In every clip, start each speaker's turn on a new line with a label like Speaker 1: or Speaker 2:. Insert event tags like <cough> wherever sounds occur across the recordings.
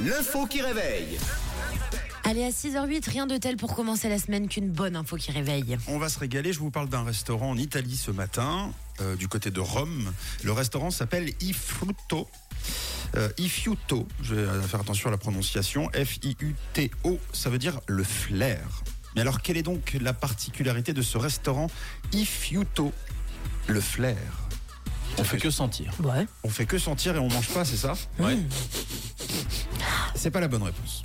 Speaker 1: L'info qui réveille.
Speaker 2: Allez, à 6h08, rien de tel pour commencer la semaine qu'une bonne info qui réveille.
Speaker 3: On va se régaler. Je vous parle d'un restaurant en Italie ce matin, euh, du côté de Rome. Le restaurant s'appelle I Frutto. Euh, I Fiuto. Je vais euh, faire attention à la prononciation. F-I-U-T-O. Ça veut dire le flair. Mais alors, quelle est donc la particularité de ce restaurant I Fiuto Le flair.
Speaker 4: On fait que sentir.
Speaker 2: Ouais.
Speaker 3: On fait que sentir et on mange pas, c'est ça
Speaker 4: Ouais.
Speaker 3: C'est pas la bonne réponse.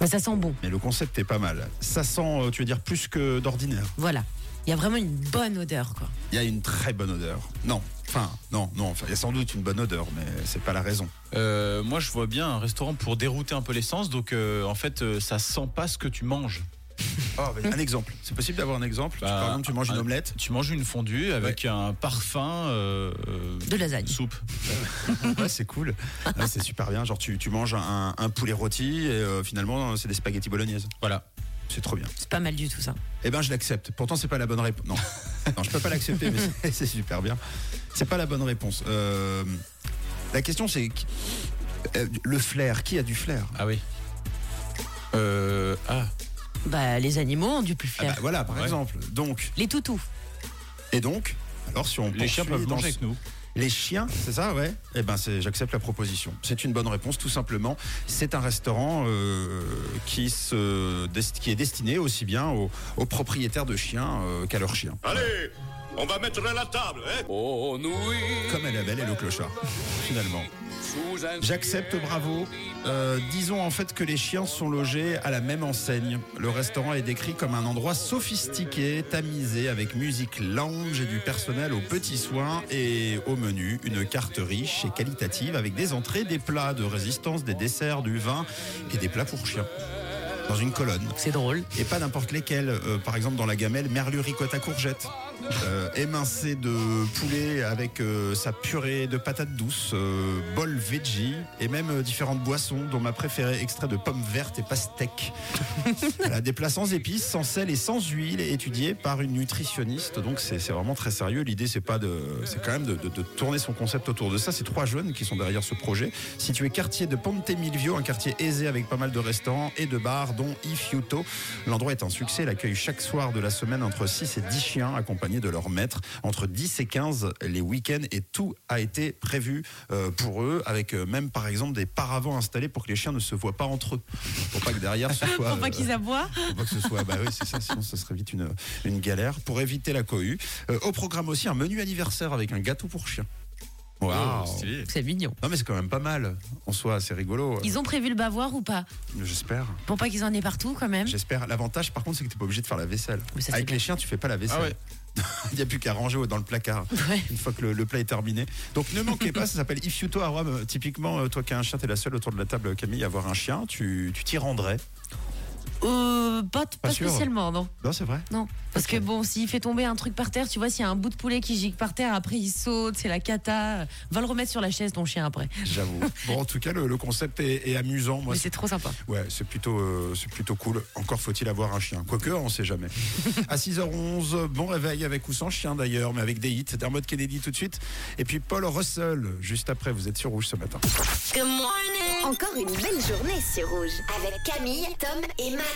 Speaker 2: Mais ça sent bon.
Speaker 3: Mais le concept est pas mal. Ça sent, euh, tu veux dire, plus que d'ordinaire.
Speaker 2: Voilà. Il y a vraiment une bonne odeur, quoi.
Speaker 3: Il y a une très bonne odeur. Non, enfin, non, non, enfin, il y a sans doute une bonne odeur, mais c'est pas la raison.
Speaker 4: Euh, moi, je vois bien un restaurant pour dérouter un peu l'essence. Donc, euh, en fait, euh, ça sent pas ce que tu manges.
Speaker 3: un exemple, c'est possible d'avoir un exemple Tu-
Speaker 4: Bah,
Speaker 3: Par exemple, tu manges une
Speaker 4: un-
Speaker 3: omelette
Speaker 4: Tu manges une fondue avec un parfum. euh, euh,
Speaker 2: De lasagne.
Speaker 4: Soupe.
Speaker 3: Ouais, c'est cool. Ouais, c'est super bien. Genre, tu, tu manges un, un poulet rôti et euh, finalement, c'est des spaghettis bolognaises.
Speaker 4: Voilà.
Speaker 3: C'est trop bien.
Speaker 2: C'est pas mal du tout, ça.
Speaker 3: Eh ben, je l'accepte. Pourtant, c'est pas la bonne réponse. Non. non, je peux pas l'accepter, mais c'est- c'est super bien. C'est pas la bonne réponse. Euh, la question, c'est qui- euh, le flair. Qui a du flair
Speaker 4: Ah oui. Euh, ah.
Speaker 2: Bah, les animaux ont du plus
Speaker 3: Ah
Speaker 2: flair.
Speaker 3: bah, Voilà, par
Speaker 4: Ouais.
Speaker 3: exemple. Donc,
Speaker 2: Les toutous.
Speaker 3: et donc, alors si on
Speaker 4: Les chiens
Speaker 3: poursuit
Speaker 4: peuvent
Speaker 3: dans
Speaker 4: manger
Speaker 3: ce-
Speaker 4: avec nous.
Speaker 3: Les chiens, c'est ça, ouais Eh ben, c'est- j'accepte la proposition. C'est une bonne réponse, tout simplement. C'est un restaurant euh, qui, se, dest- qui est destiné aussi bien aux, aux propriétaires de chiens euh, qu'à leurs chiens.
Speaker 5: Allez, on va mettre la table, hein
Speaker 3: Comme elle est belle et le clochard, finalement. J'accepte, bravo. Euh, disons en fait que les chiens sont logés à la même enseigne. Le restaurant est décrit comme un endroit sophistiqué, tamisé, avec musique lounge et du personnel aux petits soins et au menu. Une carte riche et qualitative avec des entrées, des plats de résistance, des desserts, du vin et des plats pour chiens. Dans une colonne.
Speaker 2: C'est drôle.
Speaker 3: Et pas n'importe lesquels. Euh, par exemple, dans la gamelle, merlu ricotta courgette. Euh, émincé de poulet avec euh, sa purée de patates douces, euh, bol veggie et même euh, différentes boissons, dont ma préférée, extrait de pommes vertes et pastèques. voilà, des plats sans épices, sans sel et sans huile, étudiés par une nutritionniste. Donc c'est c'est vraiment très sérieux. L'idée, c'est pas de, c'est quand même de, de- de tourner son concept autour de ça. C'est trois jeunes qui sont derrière ce projet. Situé quartier de Ponte Milvio, un quartier aisé avec pas mal de restaurants et de bars, dont Ifiuto. L'endroit est un succès. Il accueille chaque soir de la semaine entre 6 et 10 chiens accompagnés de leurs maîtres. Entre 10 et 15 les week-ends et tout a été prévu euh, pour eux avec euh, même par exemple des paravents installés pour que les chiens ne se voient pas entre eux. Pour pas que derrière <laughs> ce soit. euh,
Speaker 2: aboient.
Speaker 3: faut pas que ce soit. Bah oui, c'est ça, sinon ça serait vite une, une galère. Pour éviter la cohue, Euh, au programme aussi un menu anniversaire avec un gâteau pour chien. Waouh.
Speaker 4: Oh, stylé.
Speaker 2: C'est mignon.
Speaker 3: Non mais c'est quand même pas mal. En soi, c'est rigolo.
Speaker 2: Ils Ah ont prévu le bavoir ou pas
Speaker 3: J'espère.
Speaker 2: Pour pas qu'ils en aient partout, quand même.
Speaker 3: J'espère. L'avantage, par contre, c'est que t'es pas obligé de faire la vaisselle.
Speaker 2: Mais ça, c'est
Speaker 3: Avec
Speaker 2: bien.
Speaker 3: les chiens, tu fais pas la vaisselle. <laughs>
Speaker 4: Ah ouais.
Speaker 3: Il n'y a plus qu'à ranger dans le
Speaker 2: <laughs>
Speaker 3: placard
Speaker 2: Ouais.
Speaker 3: une fois que le, le plat est terminé. Donc ne manquez pas, ça s'appelle If You To à Rome. Typiquement, euh, toi qui as un chien, t'es la seule autour de la table, Camille, à avoir un chien. Tu tu t'y rendrais.
Speaker 2: Euh, pas, pas
Speaker 3: sûr.
Speaker 2: spécialement, non.
Speaker 3: Non, c'est vrai.
Speaker 2: Non. Parce
Speaker 3: Ok.
Speaker 2: que bon, s'il fait tomber un truc par terre, tu vois, s'il y a un bout de poulet qui gicle par terre, après il saute, c'est la cata. Va le remettre sur la chaise, ton chien, après.
Speaker 3: J'avoue. Bon, en tout cas, le, le concept est, est amusant. Moi,
Speaker 2: Mais c'est trop sympa.
Speaker 3: Ouais, c'est plutôt, euh, c'est plutôt cool. Encore faut-il avoir un chien. Quoique, on sait jamais. à 6h11, bon réveil avec ou sans chien d'ailleurs, mais avec des hits. Dermot Kennedy tout de suite. Et puis Paul Russell, juste après, vous êtes sur Rouge ce matin.
Speaker 6: Encore une belle journée sur Rouge avec Camille, Tom et Matt.